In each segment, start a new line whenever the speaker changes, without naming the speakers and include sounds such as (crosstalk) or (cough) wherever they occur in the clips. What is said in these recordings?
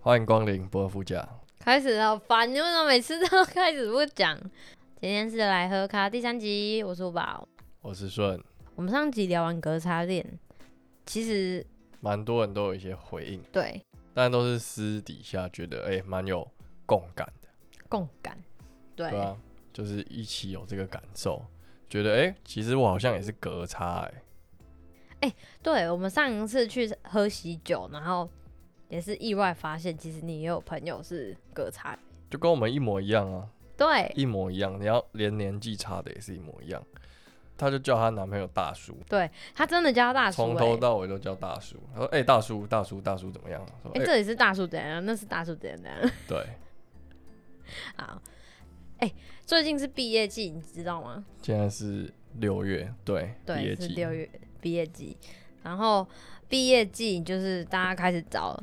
欢迎光临博尔夫家。
开始好烦，你为什么每次都开始不讲？ (laughs) 今天是来喝咖第三集，我是五宝。
我是顺，
我们上集聊完隔差恋，其实
蛮多人都有一些回应，
对
但都是私底下觉得哎，蛮、有共感的，
共感，对
对啊，就是一起有这个感受，觉得哎、其实我好像也是隔差哎、
对我们上一次去喝喜酒，然后也是意外发现，其实你也有朋友是隔差，
就跟我们一模一样啊，
对
一模一样，然后连年纪差的也是一模一样。她就叫她男朋友大叔，
他真的叫他大叔、
从
欸，
头到尾都叫大叔。她说：“哎、大叔，大叔，大叔怎么样？”我说：“
哎、
哎、
这里是大叔怎样，那是大叔怎样怎样。
对，
好，哎、最近是毕业季，你知道吗？
现在是六月，对，毕
对，
业
是
季，
六月毕业季，然后毕业季就是大家开始找，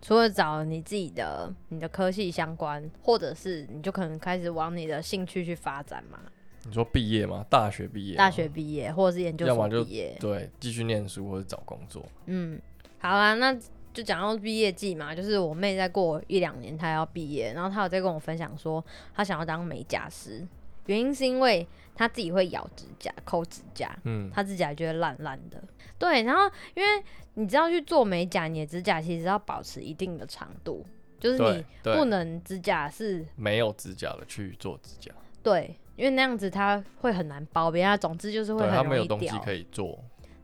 除了找你自己的你的科系相关，或者是你就可能开始往你的兴趣去发展嘛，
你说毕业吗？大学毕业吗，
大学毕业或者是研究
要么
所
就
毕业，
对，继续念书或者找工作。
嗯，好啦，那就讲到毕业季嘛，就是我妹再过一两年她要毕业，然后她有在跟我分享说她想要当美甲师，原因是因为她自己会咬指甲、抠指甲，
嗯，
她指甲觉得烂烂的。对，然后因为你知道去做美甲，你的指甲其实要保持一定的长度，就是
对
你不
对，
能指甲是
没有指甲的去做指甲，
对，因为那样子它会很难包边，它总之就是会
对他
很
没有
容
东
易
西
掉。
可以做。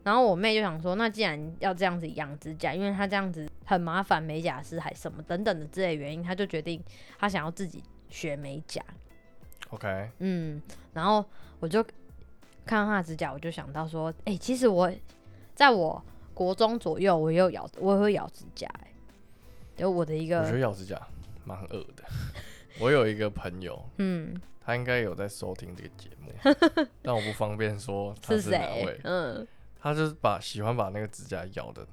然后我妹就想说，那既然要这样子养指甲，因为她这样子很麻烦，美甲师还什么等等的之类的原因，她就决定她想要自己学美甲。
OK，
嗯，然后我就看到他的指甲，我就想到说，哎、其实我在我国中左右，我也有咬，我也会咬指甲、欸，有我的一
我觉得
个，
咬指甲蛮恶的。 (laughs) 我有一个朋友，
嗯，
他应该有在收听这个节
(laughs)
目，但我不方便说他
是
是哪
谁
位？。
嗯，
他就是把喜欢把那个指甲咬的，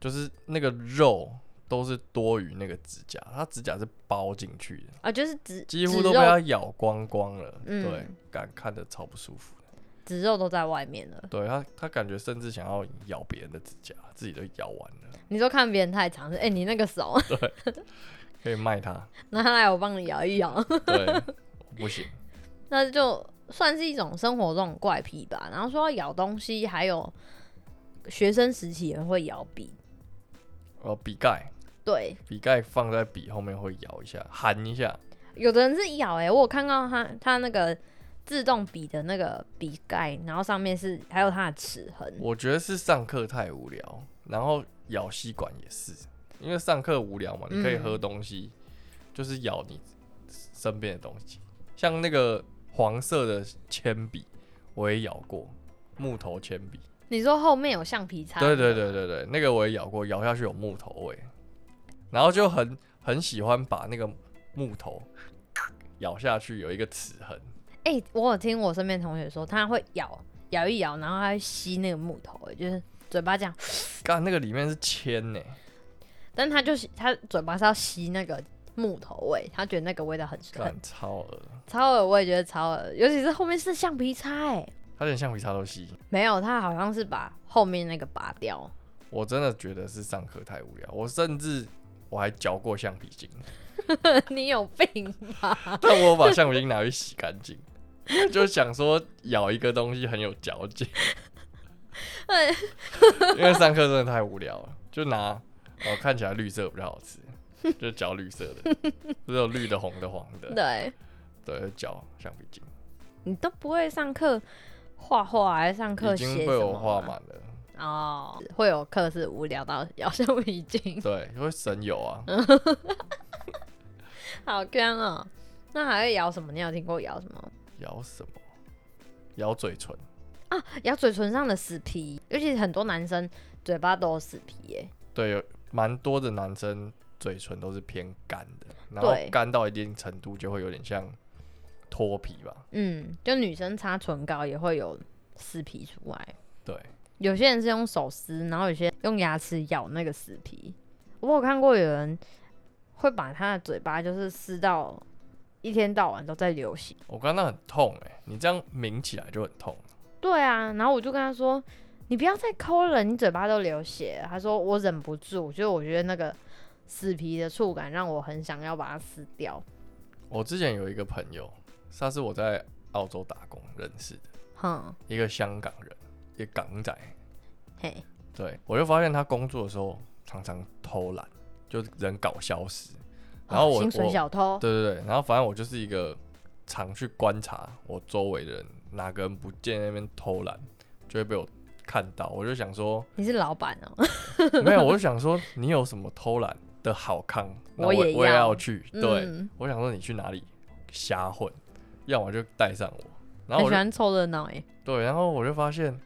就是那个肉都是多于那个指甲，他指甲是包进去的，
啊，就是指
几乎都被
指肉
他咬光光了。对
嗯，
感看的超不舒服。
指肉都在外面了。
对他，他感觉甚至想要咬别人的指甲，自己都咬完了，
你说看别人太长，哎、你那个手 (laughs)
可以卖他。
拿来，我帮你咬一咬， (laughs)
对，我不行，
那就算是一种生活中的怪癖吧。然后说到咬东西，还有学生时期也会咬笔，
呃，笔盖，
对，
笔盖放在笔后面会咬一下，含一下，
有的人是咬哎、欸，我有看到他他那个自动笔的那个笔盖，然后上面是还有它的齿痕。
我觉得是上课太无聊，然后咬吸管也是，因为上课无聊嘛，你可以
嗯
喝东西，就是咬你身边的东西，像那个黄色的铅笔，我也咬过，木头铅笔，
你说后面有橡皮擦？
对对对对对，那个我也咬过，咬下去有木头味，然后就很很喜欢把那个木头咬下去，有一个齿痕，
哎、我有听我身边同学说，他会咬咬一咬，然后他会吸那个木头、欸，就是嘴巴这样，
干那个里面是铅呢、
但他就是他嘴巴是要吸那个木头味，他觉得那个味道很很
干超恶，
超恶，我也觉得超恶，尤其是后面是橡皮擦、欸，哎，
它连橡皮擦都吸。
没有，他好像是把后面那个拔掉。 (laughs)
我真的觉得是上课太无聊，我甚至我还嚼过橡皮筋，
你有
(laughs)
病吧？
但我把橡皮筋拿去洗干净，就想说咬一个东西很有嚼劲，
哎
因为上课真的太无聊了，就拿哦看起来绿色比较好吃，就嚼绿色
(laughs)
的，不是有绿的、红的、黄的，
对。
对，就嚼橡皮筋，
你都不会上课画画，还上课
已
写
经
什
被
么啊
我画
吗
满了，
哦，会有课是无聊到 (laughs) 要橡皮筋，
对，因为神游啊，
嗯好干哦。那还会咬什么？你有听过咬什么？
咬什么？咬嘴唇，
咬嘴唇上的死皮，尤其是很多男生嘴巴都有死皮耶。
对，有蛮多的男生嘴唇都是偏干的，然后
对
干到一定程度就会有点像脱皮吧。
嗯，就女生擦唇膏也会有死皮出来。
对，
有些人是用手撕，然后有些用牙齿咬那个死皮。我有看过有人会把他的嘴巴就是撕到一天到晚都在流血。
我刚刚很痛哎、你这样抿起来就很痛。
对啊，然后我就跟他说：“你不要再抠了，你嘴巴都流血了。”他说：“我忍不住，就是我觉得那个死皮的触感让我很想要把它撕掉。
我之前有一个朋友，他是我在澳洲打工认识的，
哼，
一个香港人，一个港仔。
嘿，
对我就发现他工作的时候常常偷懒，就是人搞消失。然后我、
哦薪水
我
小偷，
对对对，然后反正我就是一个常去观察我周围的人，哪个人不见那边偷懒，就会被我看到。我就想说，
(laughs) 你是老板哦，
没有，我就想说你有什么偷懒的好康，那
我
我
也
也
要
要去。 (laughs) 对，
嗯、
我想说你去哪里瞎混，要么就带上我。然后
很
我
喜
就
欢凑热闹哎，
对，然后我就发现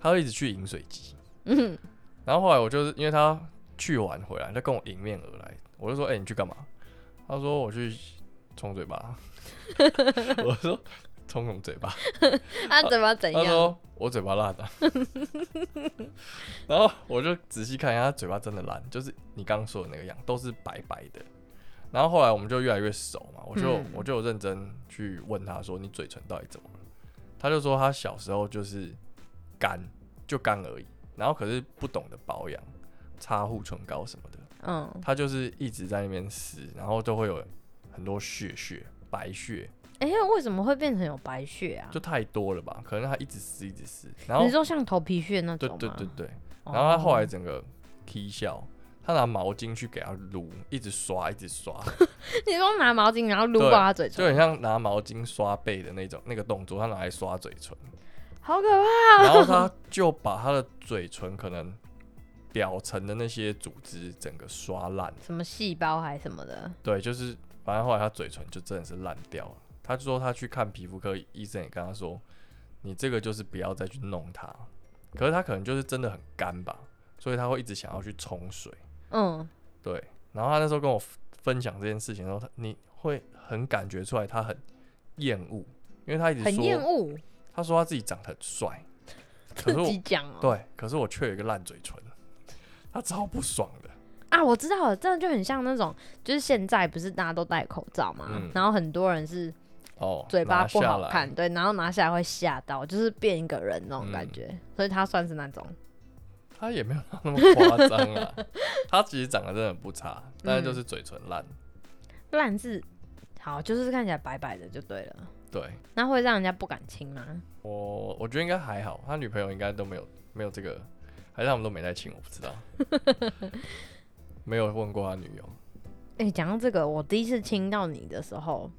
他会一直去饮水机，
嗯，
然后后来我就是因为他去玩回来，他跟我迎面而来，我就说：“哎、你去干嘛？”他说：“我去冲嘴巴。” (laughs) 我说：“冲什么嘴巴
啊，怎么？”怎
(laughs) 他
样？
说：“我嘴巴烂的。” (laughs) 然后我就仔细看一下，他嘴巴真的烂，就是你刚刚说的那个样，都是白白的。然后后来我们就越来越熟嘛，我就、
嗯
我就有认真去问他说：“你嘴唇到底怎么了？”他就说他小时候就是干，就干而已，然后可是不懂得保养，擦护唇膏什么的，
嗯，
他就是一直在那边撕，然后都会有很多血血白血，
哎、为什么会变成有白血啊？
就太多了吧？可能他一直撕一直撕，然后
你说像头皮屑那
对
种吗？
对对对，
哦，
然后他后来整个踢笑，他拿毛巾去给他撸，一直刷一直刷，
(laughs) 你说拿毛巾然后撸
对
爆他嘴
就
唇，
很像拿毛巾刷背的那种那个动作，他拿来刷嘴唇，
好可怕！
然后他就把他的嘴唇可能表层的那些组织整个刷烂，
什么细胞还什么的，
对，就是反正后来他嘴唇就真的是烂掉了。他说他去看皮肤科医生，也跟他说，你这个就是不要再去弄它。可是他可能就是真的很干吧，所以他会一直想要去冲水。
嗯，
对，然后他那时候跟我分分享这件事情的时候，他你会很感觉出来他很厌恶，因为他一直
很厌
说，
恶
他说他自己长得很
(laughs)
帅，可
自
是我
己讲哦、
对，可是我却有一个烂嘴唇，他超不爽的。
啊，我知道了，真的就很像那种，就是现在不是大家都戴口罩嘛，
嗯
然后很多人是
哦，
嘴巴
拿
不
下
好
来
看，对，然后拿下来会吓到，就是变一个人那种感
嗯
觉，所以他算是那种，
他也没有那么夸张
(laughs)
啊，他其实长得真的不差，
嗯
但是就是嘴唇烂。
烂是好，就是看起来白白的就对了，
对
那会让人家不敢亲吗？
我，我觉得应该还好，他女朋友应该都没有没有这个，还是他们都没在亲，我不知道，
(laughs)
没有问过他女友。
哎、讲到这个，我第一次亲到你的时候，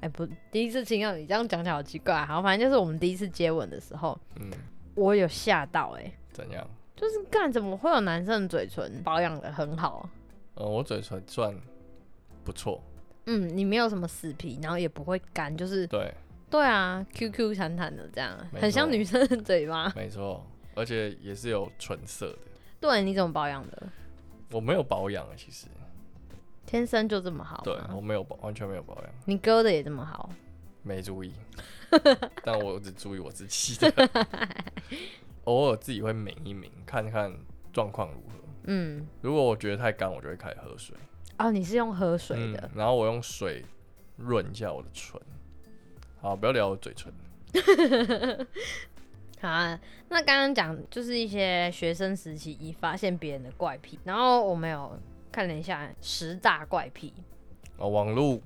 哎、不，第一次亲到你，这样讲起来好奇怪。啊好，反正就是我们第一次接吻的时候，
嗯，
我有吓到、哎，
怎样？
就是干怎么会有男生的嘴唇保养的很好？
呃，我嘴唇算不错，
嗯，你没有什么死皮，然后也不会干，就是
对，
对啊，Q Q 弹弹的这样，
没
很像
错
女生的嘴巴。
没错，而且也是有唇色的。
对，你怎么保养的？
我没有保养啊，其实，
天生就这么哦好啊
对
吗
我没有保，完全没有保养，
你割的也这么好，
没注
(laughs)
意，但我只注意我自己的偶尔自己会抿一抿，看看状况如何。
嗯，
如果我觉得太干，我就会开始喝水，
哦，你是用喝水
嗯
的，
然后我用水润一下我的唇。好，不要聊我嘴唇，嗯
好啊，那刚刚讲就是一些学生时期已发现别人的怪癖，然后我们有看了一下十大怪癖，
哦，网络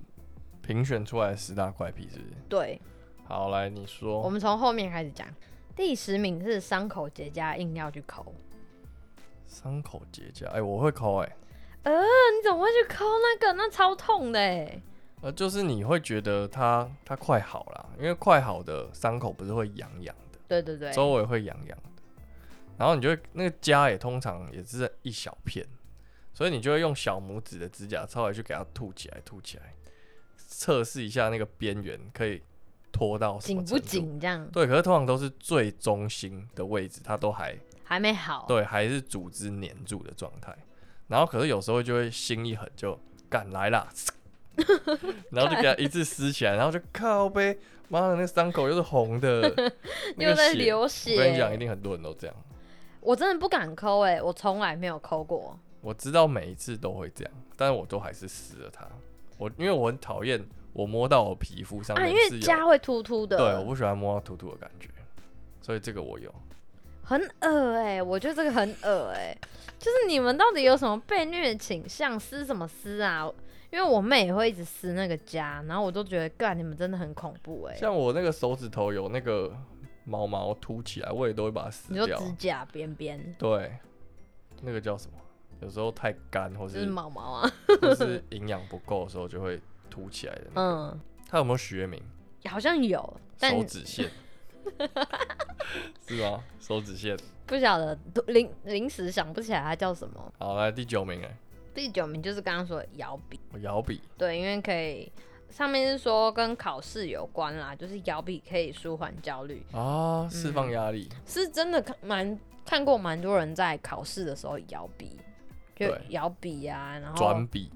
评选出来的十大怪癖是不是？
对，
好，来你说。
我们从后面开始讲。第十名是伤口结痂硬要去抠，
伤口结痂，哎、我会抠哎、
那呃你怎么会去抠那个？那超痛的哎，
呃，就是你会觉得它它快好了，因为快好的伤口不是会痒痒的，
对对对，
周围会痒痒的，然后你就会那个痂也通常也是一小片，所以你就会用小拇指的指甲稍微去给它凸起来，凸起来，测试一下那个边缘可以拖到什么
紧不
程度？
紧这样，
对，可是通常都是最中心的位置，它都还
还没好，
对，还是组织粘住的状态。然后可是有时候就会心一狠就赶来啦， (laughs) 然后就给它一次撕起来，然后就靠呗，妈的那个伤口又是红
(laughs)
的，那
又
个
在
血
流
我跟你讲，一
血。欸
定很多人都这样。
我真的不敢抠哎，我从来没有抠过。
我知道每一次都会这样，但是我都还是撕了它。我因为我很讨厌我摸到我皮肤上
啊，
面
因
是
为
有，
痂会突突的，
对，我不喜欢摸到突突的感觉，所以这个我有。
很恶哎、我觉得这个很恶哎、就是你们到底有什么被虐倾向？撕什么撕啊？因为我妹也会一直撕那个痂，然后我都觉得，干你们真的很恐怖哎、
像我那个手指头有那个毛毛凸起来，我也都会把它撕
你说
掉。啊
指甲边边
对，那个叫什么？有时候太干，或
就是
是
毛毛啊，
或是营养不够的时候就会凸起来的、那个。
嗯，
它有没有学名？
好像有，但
手指
(laughs)
线是吗？手指线。
不晓得都临临时想不起来它叫什么。
好，来第九名哎、
第九名就是刚刚说的摇笔，
我摇笔。
对，因为可以上面是说跟考试有关啦，就是摇笔可以舒缓焦虑，
啊，释放压力，
是真的看蛮看过蛮多人在考试的时候摇笔，就
对
摇笔啊，然后
转笔。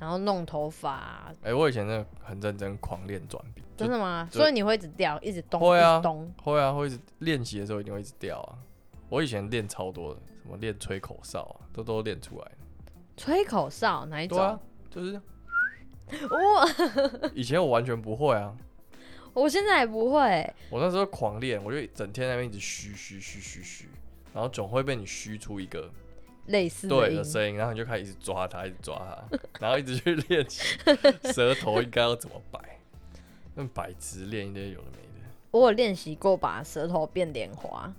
然后弄头发啊、
哎、我以前真的很认真狂练转笔，
真的吗？
就
所以你会一直掉，一直动，
会啊
一直动，
会啊，会一直练习的时候一定会一直掉啊。我以前练超多的，什么练吹口哨啊，都都练出来了。
吹口哨哪一种？
对啊，就是
我
以前我完全不会啊，
我现在也不会，
我那时候狂练，我就整天在那边一直嘘嘘嘘嘘嘘，然后总会被你嘘出一个
类似的
对
音
的声音，然后你就开始一直抓它，一直抓
(laughs)
它，然后一直去练习舌头应该要怎么摆，那摆直练一些有的没的，
我有练习过把舌头变莲花，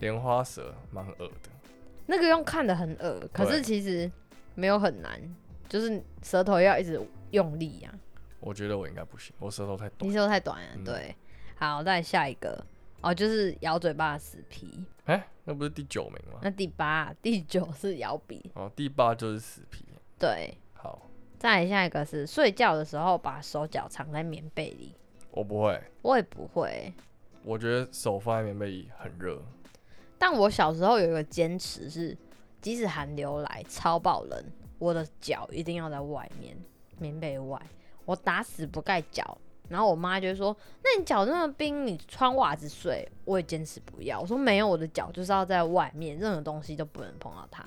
莲花舌蛮恶的。
那个用看的很恶，可是
对
其实没有很难，就是舌头要一直用力啊。
我觉得我应该不行，我舌头太短
你。舌头太短了，
嗯
对。好，再下一个哦，就是咬嘴巴的死皮。
哎、那不是第九名吗？
那第八、啊第九是咬笔，
哦，第八就是死皮。
对。
好，
再来下一个是睡觉的时候把手脚藏在棉被里，
我不会，
我也不会。
我觉得手放在棉被里很热。
但我小时候有一个坚持是，即使寒流来超爆冷，我的脚一定要在外面棉被外，我打死不盖脚。然后我妈就会说：“那你脚那么冰，你穿袜子睡。”我也坚持不要。我说没有，我的脚就是要在外面，任何东西都不能碰到它。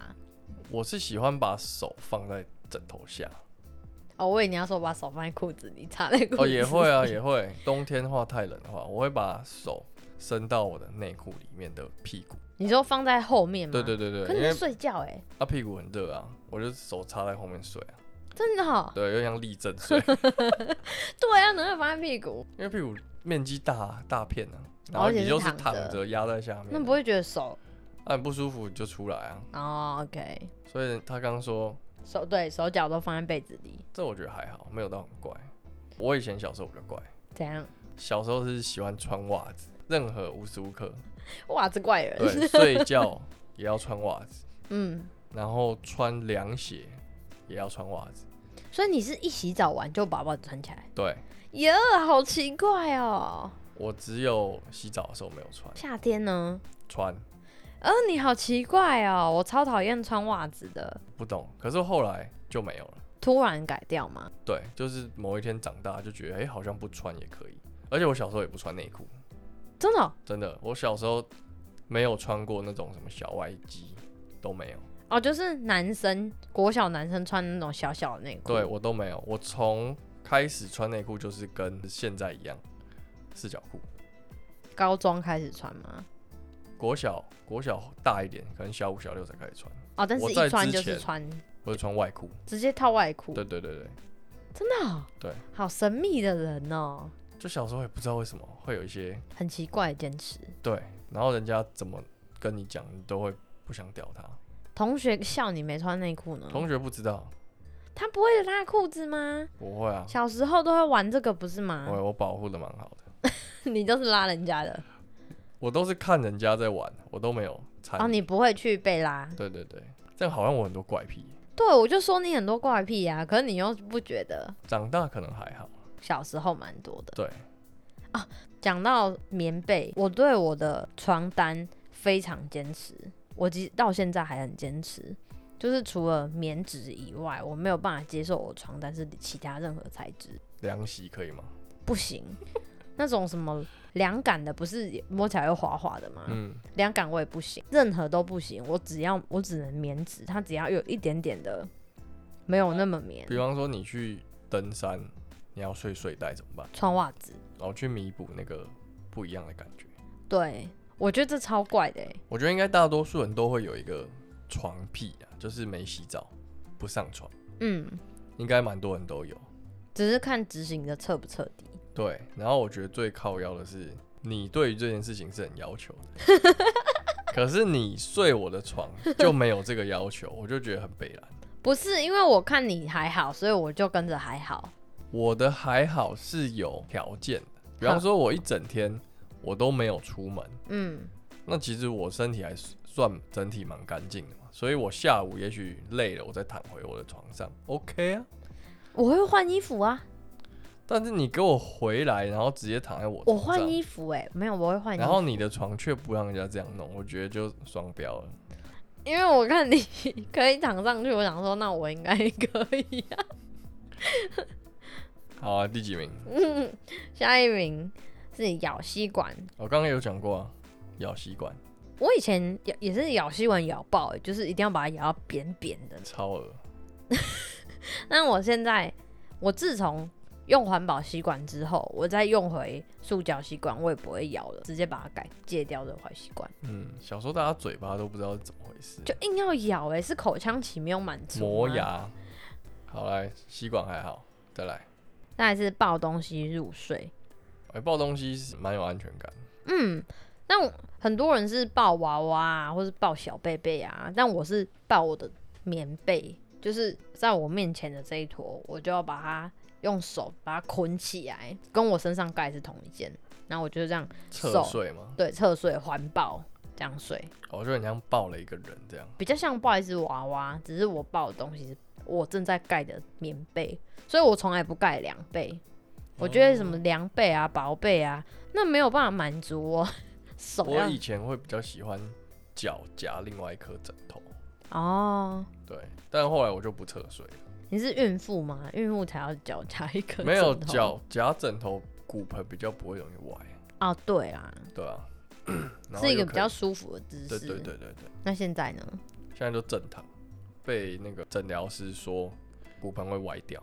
我是喜欢把手放在枕头下，
哦，我以为你要说把手放在裤子里插在 (laughs) 裤子，
哦，也会啊，也会。冬天的话太冷的话，我会把手伸到我的内裤里面的屁股。
你说放在后面吗？
对对对
嗯可
对，
是
因
你在
为
睡觉哎、
啊屁股很热啊，我就手插在后面睡啊。
真的哦。
对，有点像立正
(laughs)
睡，
对啊，能不能放在屁股？
因为屁股面积大大片啊，然
哦
后
而且
你
是
就是
躺
躺
着
着压在下面
那
啊，
不会觉得手
啊你不舒服你就出来啊。
哦？OK，
所以他刚说，
手对手脚都放在被子里，
这我觉得还好，没有到很怪。我以前小时候比较怪，
怎样？
小时候是喜欢穿袜子，任何无时无刻，
哇，这怪人。
对，睡觉也要穿袜子，
(laughs) 嗯，
然后穿凉鞋也要穿袜子，
所以你是一洗澡完就把袜子穿起来？
对。
耶、好奇怪哦。
我只有洗澡的时候没有穿，
夏天呢？
穿
呃，你好奇怪哦，我超讨厌穿袜子的。
不懂，可是后来就没有了。
突然改掉吗？
对，就是某一天长大就觉得，哎、好像不穿也可以。而且我小时候也不穿内裤，
真的哦、
真的，我小时候没有穿过那种什么小外衣，都没有。
哦，就是男生国小男生穿那种小小的内裤，
对我都没有，我从开始穿内裤就是跟现在一样，四角裤。
高中开始穿吗？
国小国小大一点，可能小五小六才开始穿，
哦，但是
我
一
在
穿
之
就是
前
穿，
或者穿外裤。
直接套外裤，
对对对对，
真的、哦，
对，
好神秘的人哦，
就小时候也不知道为什么会有一些
很奇怪的坚持。
对，然后人家怎么跟你讲，你都会不想屌他。
同学笑你没穿内裤呢，
同学不知道，
他不会拉裤子吗？
我会啊，
小时候都会玩这个不是吗？
我我保护的蛮好的，
(laughs) 你都是拉人家的，
我都是看人家在玩，我都没有参
哦，
与。
你不会去被拉。
对对对，这样好像我很多怪癖，
对，我就说你很多怪癖啊，可是你又不觉得，
长大可能还好。
小时候蛮多的。啊
对，
讲到棉被，我对我的床单非常坚持，我即到现在还很坚持。就是除了棉质以外，我没有办法接受我床单是其他任何材质，
凉席可以吗？(laughs)
不行。那种什么凉感的，不是也摸起来又滑滑的吗？
嗯，
凉感我也不行，任何都不行。我只要我只能棉质，它只要有一点点的没有那么棉
比，方说你去登山，你要睡睡袋怎么办？
穿袜子。
然后去弥补那个不一样的感觉。
对，我觉得这超怪的、欸，
我觉得应该大多数人都会有一个床癖啊，就是没洗澡不上床，
嗯，
应该蛮多人都有。
只是看执行的彻不彻底。
对，然后我觉得最靠腰的是，你对于这件事情是很要求的，可是你睡我的床就没有这个要求，我就觉得很悲然。
不是因为我看你还好，所以我就跟着还好。
我的还好是有条件的，比方说，我一整天我都没有出门，
嗯，
那其实我身体还算整体蛮干净的嘛，所以我下午也许累了，我再躺回我的床上，OK 啊。
我会换衣服啊，
但是你给我回来，然后直接躺在我
我
床上
换衣服哎、没有，我会换衣
然后
服，
你的床却不让人家这样弄，我觉得就双标了。
因为我看你 (laughs) 可以躺上去，我想说那我应该可以啊。
好啊，第几名？
嗯，下一名是咬吸管，
我刚刚有讲过啊，咬吸管
我以前也也是咬吸管咬爆、欸，就是一定要把它咬到扁扁的。
超恶，
但我现在，我自从用环保吸管之后，我再用回塑胶吸管，我也不会咬了，直接把它改戒掉这坏习惯。
嗯，小时候大家嘴巴都不知道是怎么回事，
就硬要咬、欸，哎，是口腔期没有满足吗
磨。牙。好来，吸管还好，再来。
再来是抱东西入睡，
哎、抱东西是蛮有安全感，
嗯，但我很多人是抱娃娃啊，或是抱小贝贝啊，但我是抱我的棉被，就是在我面前的这一坨，我就要把它用手把它捆起来，跟我身上盖是同一件，然后我就这样
侧
手
睡嘛，
对侧睡环抱这样睡，
我就很像抱了一个人这样。
比较像抱一只娃娃，只是我抱的东西是我正在盖的棉被，所以我从来不盖凉被。我觉得什么凉被啊、薄被啊，那没有办法满足我手
我
要
以前会比较喜欢脚夹另外一颗枕头，
哦。
对，但后来我就不侧睡
(laughs)
了，
你是孕妇吗？孕妇才要脚夹一颗，
没有脚夹枕头，骨盆比较不会容易歪，
哦，对啊，
对啊， (coughs) 然后
是一个
又可
比
以
较舒服的姿
对
势。
对对对对，
那现在呢？
现在就正躺，被那个诊疗师说骨盆会歪掉，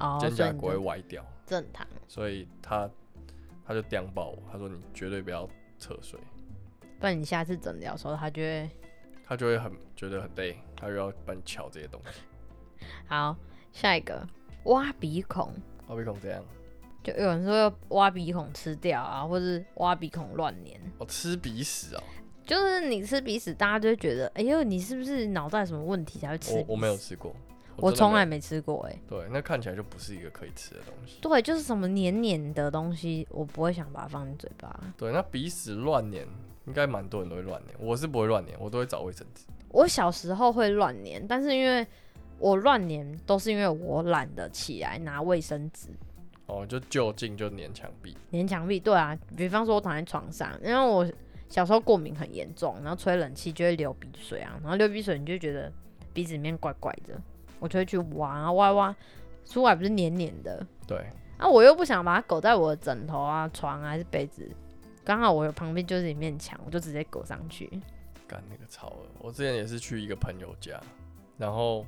哦，
肩
所以
胛
你
骨会
就
歪掉，
正常。
所以他他就刁爆我，他说你绝对不要侧睡，
不然你下次诊疗的时候，他就会
他就会很觉得很累，他又要帮你瞧这些东西，
好。下一个挖鼻孔，
后鼻孔怎样？
就有人说要挖鼻孔吃掉啊，或是挖鼻孔乱粘。
哦，吃鼻屎哦，
就是你吃鼻屎，大家就会觉得，哎呦，你是不是脑袋有什么问题才会吃鼻
我
屎？
我没有，吃过，
我
真的
从
没有
来没吃过、哎，
对，那看起来就不是一个可以吃的东西。
对，就是什么黏黏的东西，我不会想把它放进嘴巴。
对，那鼻屎乱粘，应该蛮多人都会乱粘，我是不会乱粘，我都会找卫生纸。
我小时候会乱粘，但是因为我乱粘都是因为我懒得起来拿卫生纸
哦，就就近就粘墙壁，
粘墙壁。对啊，比方说我躺在床上，因为我小时候过敏很严重，然后吹冷气就会流鼻水啊，然后流鼻水你就觉得鼻子里面怪怪的，我就会去挖啊挖一挖，出来不是黏黏的。
对，
啊，我又不想把它狗在我的枕头啊、床啊还是被子，刚好我旁边就是一面墙，我就直接狗上去。
干那个超恶。我之前也是去一个朋友家，然后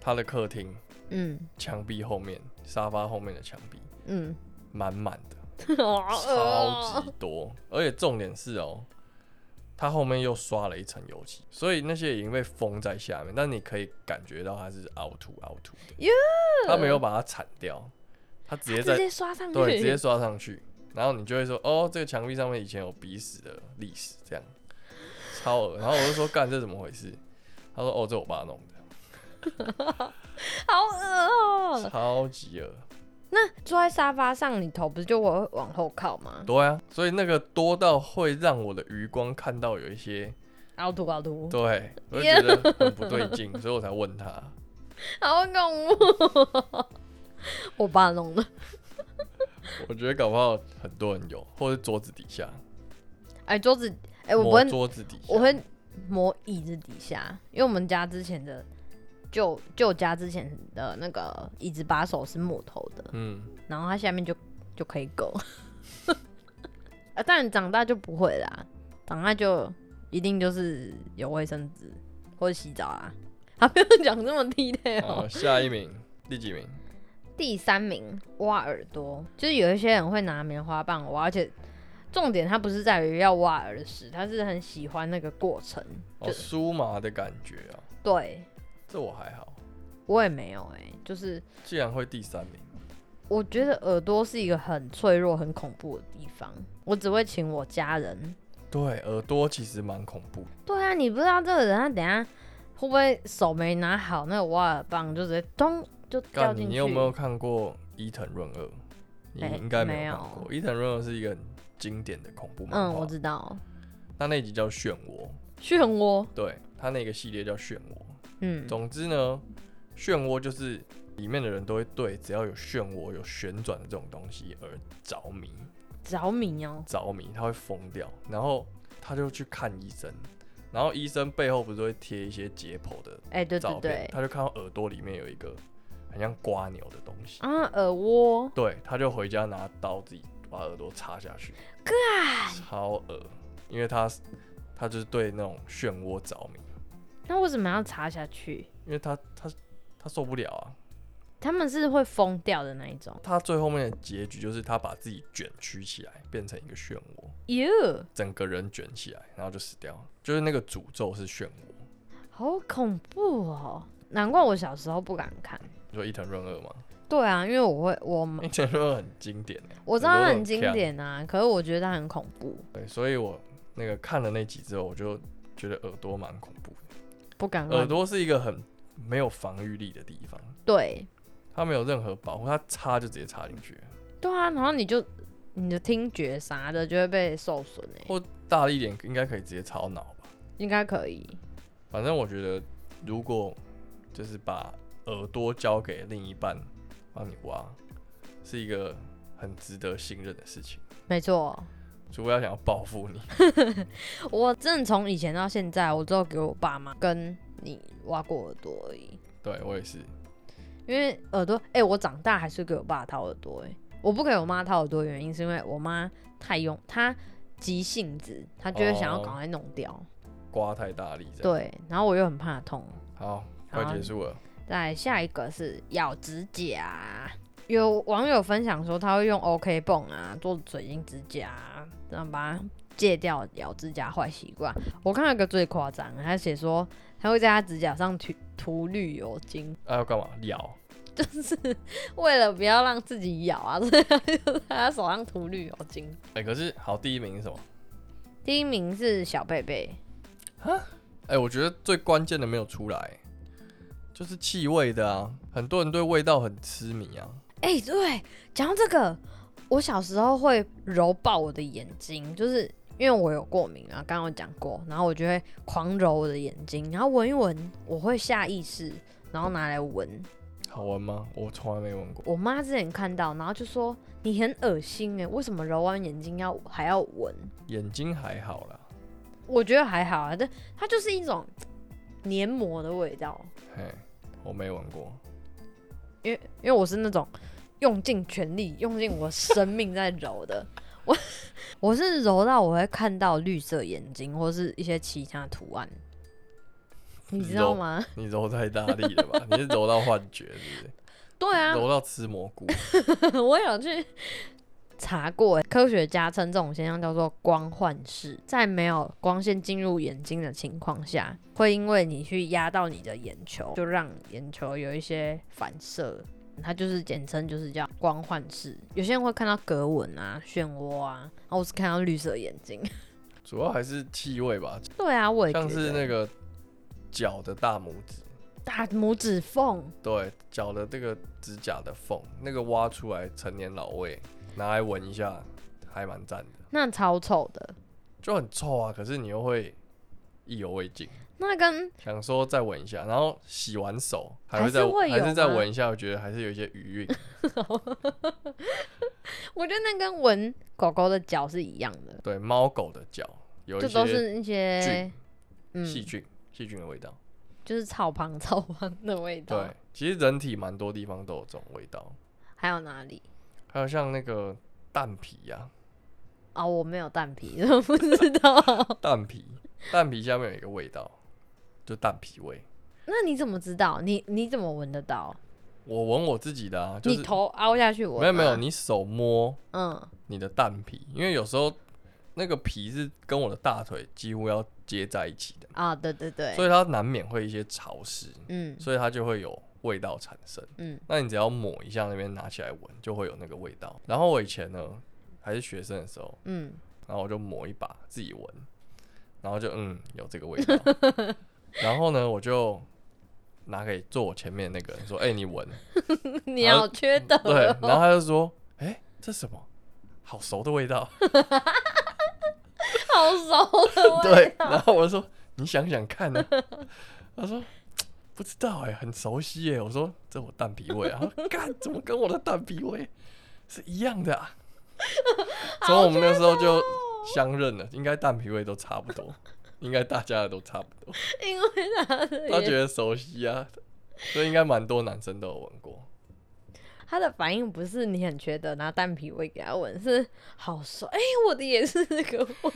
他的客厅
嗯
墙壁后面、沙发后面的墙壁
嗯，
满满的，超
超
级多，而且重点是哦。它后面又刷了一层油漆，所以那些已经被封在下面，但你可以感觉到它是凹凸凹凸的。
哟
它没有把它铲掉，它直接在
直接刷 (laughs) 上去，
对，直接刷上去，然后你就会说，哦，这个墙壁上面以前有鼻屎的历史，这样超恶。然后我就说，干这怎么回事？他说，哦，这我爸弄的，
好恶哦、
超级恶。
那坐在沙发上，你头不是就会往后靠吗？
对啊，所以那个多到会让我的余光看到有一些，
凹凸凹凸，
对我就觉得很不对劲，所以我才问他。
好恐怖！我爸弄的，
我觉得搞不好很多人有，或者桌子底下，
哎，桌子，哎，我不
摸
会，
桌子底下，
我会磨椅子底下，因为我们家之前的旧旧家之前的那个椅子把手是木头的，
嗯，
然后它下面就就可以勾。 (laughs) 啊，当然长大就不会啦，长大就一定就是有卫生纸或者洗澡啊。 (laughs) 啊，不用讲这么 detail 哦、
好，下一名，第几名？
第三名挖耳朵，就是有一些人会拿棉花棒挖，而且重点它不是在于要挖耳屎，它是很喜欢那个过程。
哦，酥麻的感觉啊，
对
这我还好，
我也没有哎、就是
竟然会第三名，
我觉得耳朵是一个很脆弱、很恐怖的地方，我只会请我家人。
对，耳朵其实蛮恐怖的，
对啊，你不知道这个人他等一下会不会手没拿好那个挖耳棒，就直接咚就掉
干你
进去。
你有没有看过伊藤润二？你
哎
应该没
没
有
有
看过，伊藤润二是一个很经典的恐怖漫
嗯，
画
我，知道
那那集叫漩涡，
漩涡。
对他那个系列叫漩涡，
嗯，
总之呢，漩涡就是里面的人都会对只要有漩涡、有旋转的这种东西而着迷，
着迷哦。
着迷他会疯掉，然后他就去看医生，然后医生背后不是会贴一些解剖的
哎、对
照
对
片，
对，
他就看到耳朵里面有一个很像瓜牛的东西，
啊，耳蜗。
对，他就回家拿刀自己把耳朵插下去，超恶，因为他他就是对那种漩涡着迷，
那为什么要插下去？
因为他他他受不了啊。
他们是会疯掉的那一种。
他最后面的结局就是他把自己卷曲起来，变成一个漩涡，
哟，
整个人卷起来，然后就死掉了。就是那个诅咒是漩涡，
好恐怖哦！难怪我小时候不敢看。
你说伊藤润二嘛，
对啊，因为我会我
伊藤润二很经典欸
我知道它
哎很
很经
呛
典啊，可是我觉得它很恐怖，
对，所以我那个看了那集之后，我就觉得耳朵蛮恐怖的。
不敢
耳
乱。
朵是一个很没有防御力的地方，
对
它没有任何保护，它插就直接插进去了，
对啊，然后你就你的听觉啥的就会被受损哎、
或大力一点应该可以直接插到脑吧。
应该可以。
反正我觉得，如果就是把耳朵交给另一半帮你挖，是一个很值得信任的事情。
没错， (laughs)
除非他想要报复你， (laughs)
我真的从以前到现在，我只有给我爸妈跟你挖过耳朵而已，
对我也是，
因为耳朵，哎、我长大还是给我爸掏耳朵、哎，我不给我妈掏耳朵，原因是因为我妈太用，她急性子，她就会想要
哦
赶快弄掉，
刮太大力这样。
对，然后我又很怕痛，
好，快
好
结束了。
再下一个是咬指甲，有网友分享说他会用 OK 泵啊做水晶指甲啊，这样把它戒掉咬指甲坏习惯。我看到一个最夸张的，他写说他会在他指甲上涂涂绿油精，
啊，要干嘛？咬？
就是为了不要让自己咬啊， (laughs) 所以他就在他手上涂绿油精。
哎、可是好，第一名是什么？
第一名是小贝贝，
哎、我觉得最关键的没有出来，就是气味的啊。很多人对味道很痴迷啊。
哎、对，讲到这个，我小时候会揉爆我的眼睛，就是因为我有过敏啊，刚刚有讲过，然后我就会狂揉我的眼睛，然后闻一闻，我会下意识，然后拿来闻。
好闻吗？我从来没闻过。
我妈之前看到，然后就说你很恶心哎、为什么揉完眼睛要还要闻？
眼睛还好啦，
我觉得还好啊，但它就是一种黏膜的味道，
嘿，我没闻过。
因为因为我是那种用尽全力、用尽我生命在揉的， (laughs) 我我是揉到我会看到绿色眼睛或是一些其他图案，你知道吗？ (laughs)
你揉太大力了吧？你是揉到幻觉是不是？
对啊，
揉到吃蘑菇，
(laughs) 我有去查过，欸科学家称这种现象叫做光幻视，在没有光线进入眼睛的情况下，会因为你去压到你的眼球，就让眼球有一些反射。它就是简称，就是叫光幻视。有些人会看到格纹啊、漩涡啊，然后我是看到绿色眼睛。 (laughs)
主要还是气味吧，
对啊，我也觉
像
得
是那个脚的大拇指，
大拇指缝，
对，脚的这个指甲的缝，那个挖出来成年老味，拿来闻一下，还蛮赞的，
那超丑的。
就很臭啊，可是你又会意犹未尽，
那跟
想说再闻一下，然后洗完手还会再
还是会有
还是再
吗
闻一下，我觉得还是有一些余韵，
我觉得那跟闻狗狗的脚是一样的，
对，猫狗的脚有
就
一
都
些
是一些
菌
嗯
细菌细菌的味道。
就是草旁 (laughs) 草旁的味道。
对，，其实人体蛮多地方都有这种味道，
还有哪里
还有像那个蛋皮呀、
啊、我没有蛋皮， (laughs) 我不知道。
蛋皮，蛋皮下面有一个味道，就蛋皮味。
那你怎么知道？你你怎么闻得到？
我闻我自己的啊，就是
你头凹下去闻、啊
没有没有，，你手摸
嗯，
你的蛋皮，因为有时候那个皮是跟我的大腿几乎要接在一起的，
啊、对对对，
所以它难免会一些潮湿，
嗯
所以它就会有味道产生。
嗯
那你只要抹一下那边拿起来闻，就会有那个味道。然后我以前呢还是学生的时候，
嗯，
然后我就抹一把自己闻，然后就嗯有这个味道。然后呢，我就拿给坐我前面那个人说：“哎、你闻。
你
然
好
后
缺德、”
对，然后
哦，
他就说：“哎、这什么？好熟的味道。”
好熟
(laughs)
的味
对，
道，
然后我就说你想想看呢、他说不知道哎、很熟悉耶、我说这我蛋皮味啊，他说干怎么跟我的蛋皮味是一样的啊？所以我们那时候就相认了，应该蛋皮味都差不多，应该大家的都差不多。
因为他的
他
也
觉得熟悉啊， (laughs) 所以应该蛮多男生都有闻过。
他的反应不是你很缺德拿蛋皮味给他闻，是好帅，哎、我的也是这个味，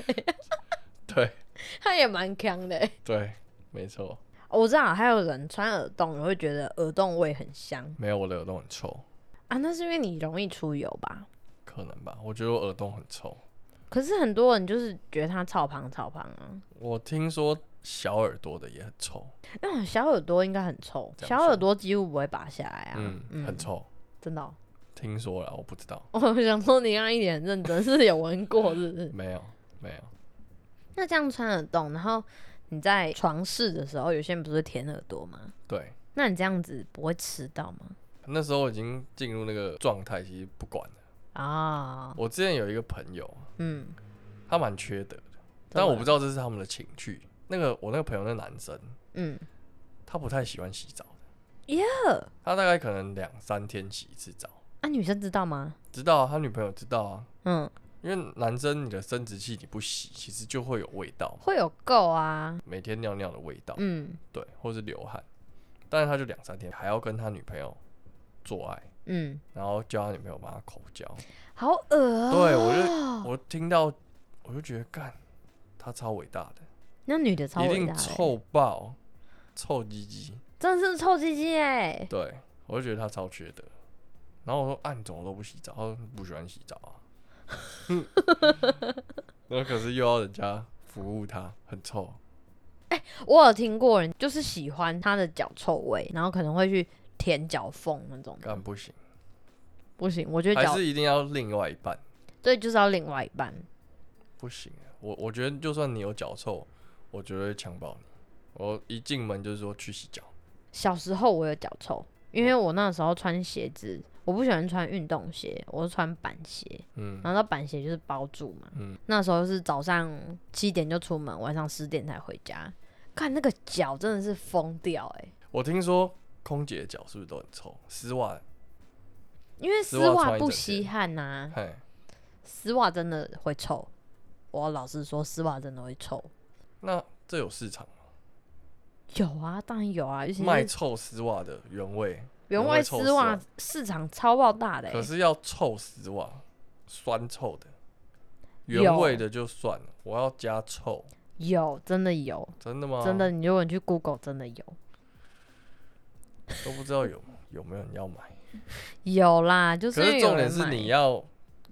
(laughs)
对
他也蛮强的、欸
对，没错，
哦我知道还有人穿耳洞，也会觉得耳洞味很香
没有我的耳洞很臭，
啊，那是因为你容易出油吧？
可能吧？我觉得我耳洞很臭。
可是很多人就是觉得他草旁草旁啊，
我听说小耳朵的也很臭，
那种小耳朵应该很臭，
这样
小
说
耳朵几乎不会拔下来啊，
嗯，很臭。
真的哦、 (laughs)
听说了，我不知道，
我想说你刚刚一点很认真，是有闻过是不是？
没有，没有，
(laughs) 那这样穿耳洞，然后你在床试的时候，有些人不是舔耳朵吗？
对，
那你这样子不会吃到吗？
那时候已经进入那个状态，其实不管了。
啊、
我之前有一个朋友，
嗯，
他蛮缺德的，但我不知道这是他们的情趣。那个我那个朋友那男生，
嗯，
他不太喜欢洗澡的，
耶
他大概可能两三天洗一次澡，
啊，女生知道吗？
知道、啊、他女朋友知道啊，
嗯，
因为男生你的生殖器你不洗，其实就会有味道嘛，
会有垢啊，
每天尿尿的味道，
嗯
对，或是流汗，但是他就两三天还要跟他女朋友做爱，
嗯，
然后叫他女朋友帮他口交。
好恶、哦。
对我就我听到我就觉得干，他超伟大的，
那女的超
一
伟大
定
的欸、
臭爆，臭唧唧。
真的是臭鸡鸡哎，
对我就觉得他超缺德。然后我说啊，你怎么都不洗澡？他说不喜欢洗澡啊。 (laughs) 那可是又要人家服务他，很臭。
我有听过人就是喜欢她的脚臭味，然后可能会去舔脚缝那种的，
干不行，
不行，我觉得
还
脚
是一定要另外一半，
对就是要另外一半，
不行啊。我我觉得就算你有脚臭，我绝对会强暴你。我一进门就是说去洗脚，
小时候我有脚臭，因为我那时候穿鞋子，我不喜欢穿运动鞋，我是穿板鞋，
嗯，
然后板鞋就是包住嘛。
嗯
那时候是早上七点就出门，晚上十点才回家。看那个脚真的是疯掉哎、
我听说空姐的脚是不是都很臭？丝袜，
因为
丝
丝
袜
袜
穿一
不
整
吸
天
汗呐、
嘿，
丝袜真的会臭。我老实说，丝袜真的会臭。
那这有市场吗？
有啊，当然有啊，尤其
卖
是
臭丝袜的原味，
原
原
味
味臭
丝
丝
袜
袜
市场超爆大的、
可
欸，
是要臭丝袜，酸臭的，
有
原味的就算了，我要加臭，
有真的有，
真的吗？
真的，你如果你去 Google，真的有。
都不知道有有没有人要买。
有啦，就是
可
因为
是
有
重点
人
是
买
你要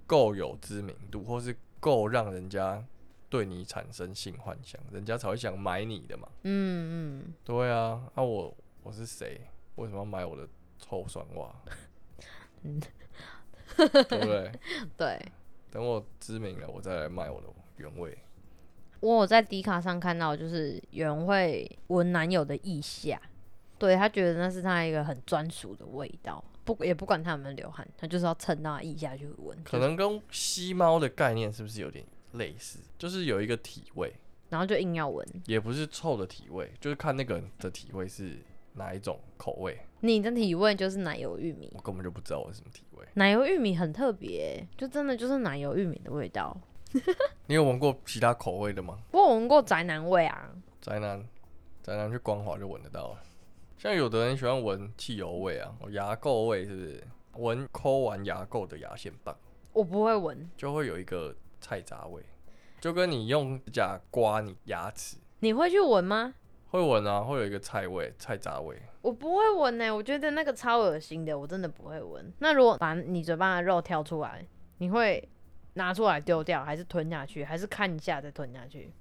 够有知名度，或是够让人家对你产生性幻想，人家才会想买你的嘛。
嗯嗯，
对啊，那、我我是谁？为什么要买我的臭酸
(laughs)
袜？
嗯
对不对？
对。
等我知名了，我再来卖我的原味。
我有在迪卡上看到，就是有人会闻男友的腋下，对他觉得那是他一个很专属的味道，不也不管他有没有流汗，他就是要蹭到他腋下去闻，
可
就是
能跟吸猫的概念是不是有点类似？就是有一个体味，
然后就硬要闻。
也不是臭的体味，就是看那个人的体味是哪一种口味。
你的体味就是奶油玉米，
我根本就不知道我是什么体味。
奶油玉米很特别欸、就真的就是奶油玉米的味道。
你有闻过其他口味的吗？
我有闻过宅男味啊，
宅男，宅男去光华就闻得到了。像有的人喜欢闻汽油味啊，哦牙垢味是不是？闻抠完牙垢的牙线棒，
我不会闻。
就会有一个菜渣味，就跟你用指甲刮你牙齿
你会去闻吗？
会闻啊，会有一个菜味、菜渣味。
我不会闻呢、我觉得那个超恶心的，我真的不会闻。那如果把你嘴巴的肉挑出来，你会拿出来丢掉，还是吞下去，还是看一下再吞下去？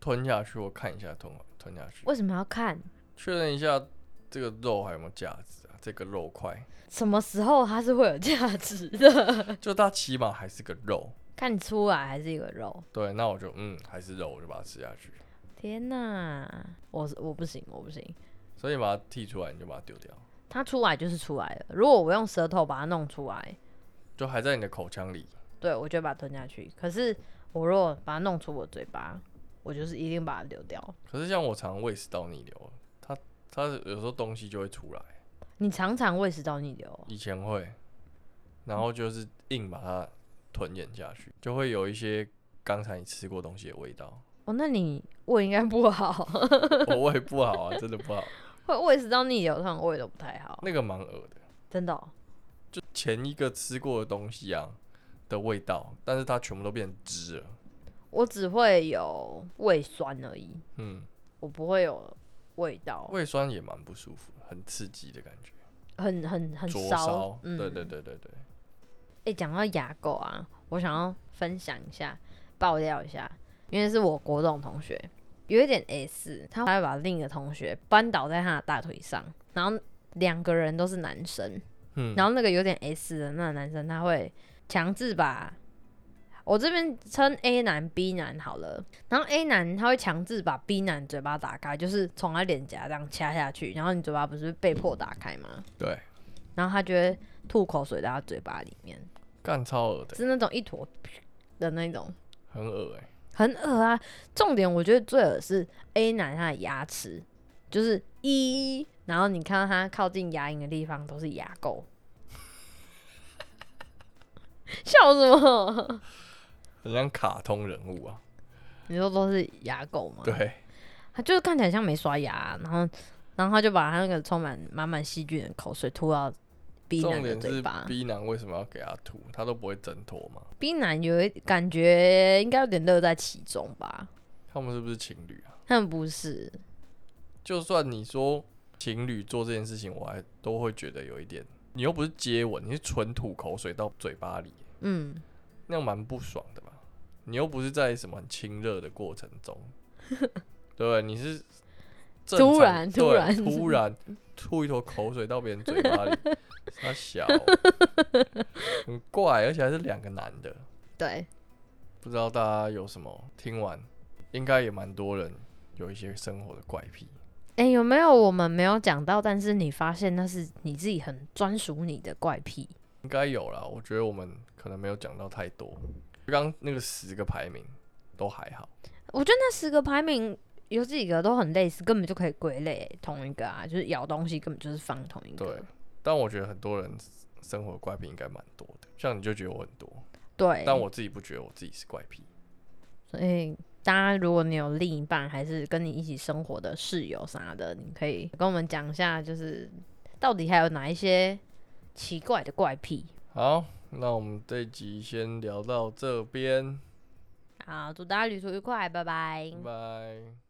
吞下去，我看一下吞吞下去，
为什么要看？
确认一下这个肉还有没有价值啊？这个肉块，
什么时候它是会有价值的？
就它起码还是个肉，
(laughs) 看出来还是一个肉。
对，那我就嗯还是肉，我就把它吃下去。
天哪，我我不行，我不行。
所以你把它剔出来，你就把它丢掉，
它出来就是出来了。如果我用舌头把它弄出来，
就还在你的口腔里。
对我就会把它吞下去。可是我如果把它弄出我嘴巴，我就是一定把它流掉。
可是像我常胃食道逆流，它它有时候东西就会出来，
你常常胃食道逆流哦，
以前会，然后就是硬把它吞咽下去，就会有一些刚才你吃过东西的味道。 (laughs)
哦那你胃应该不好， (laughs)
我胃不好啊，真的不好，
会胃食道逆流，通常胃都不太好，
那个蛮恶的。
真的、哦。
就前一个吃过的东西啊的味道，但是它全部都变汁了。
我只会有胃酸而已，
嗯，
我不会有味道，
胃酸也蛮不舒服，很刺激的感觉，
很很很
灼
烧
烧。。
嗯，
对对对对对，
哎、讲到牙垢啊，我想要分享一下，爆料一下，因为是我国中同学，有一点 S，他还把另一个同学扳倒在他的大腿上，然后两个人都是男生，
嗯，
然后那个有点 S 的那个男生，他会强制把。我这边称 A 男 B 男好了，然后 A 男他会强制把 B 男嘴巴打开，就是从他脸颊这样掐下去，然后你嘴巴不是被迫打开吗？
对，
然后他就会吐口水在他嘴巴里面，
干超恶的，
是那种一坨的那种，
很恶哎、
很恶啊。重点我觉得最恶是 A 男他的牙齿，就是一，然后你看到他靠近牙龈的地方都是牙垢， (laughs) 笑什么？
很像卡通人物啊。
你说都是牙垢吗？，
对，
他就是看起来像没刷牙，啊然后然后他就把他那个充满满满细菌的口水吐到 B 男
重
的
点
嘴
是
巴。
B 男为什么要给他吐？他都不会挣脱嘛。
B 男有一感觉应该有点乐在其中吧？
他们是不是情侣啊？
他们不是，
就算你说情侣做这件事情，我还都会觉得有一点，你又不是接吻，你是纯吐口水到嘴巴里，
嗯。
那样蛮不爽的吧？你又不是在什么很亲热的过程
(laughs)
中，对不对？你是正常
突然
对
突然 (laughs)
突然吐一坨口水到别人嘴巴里，他小，很怪，而且还是两个男的，
对，
不知道大家有什么听完，应该也蛮多人有一些生活的怪癖。
哎、有没有我们没有讲到，但是你发现那是你自己很专属你的怪癖？
应该有啦，我觉得我们可能没有讲到太多。刚那个十个排名都还好，
我觉得那十个排名有几个都很类似，根本就可以归类同一个啊，就是咬东西根本就是放同一
对
个。。
但我觉得很多人生活怪癖应该蛮多的，像你就觉得我很多，
对，
但我自己不觉得我自己是怪癖。
所以大家如果你有另一半，还是跟你一起生活的室友啥的，你可以跟我们讲一下，就是到底还有哪一些奇怪的怪癖。
好，那我们这一集先聊到这边，
好，祝大家旅途愉快，拜拜
拜拜。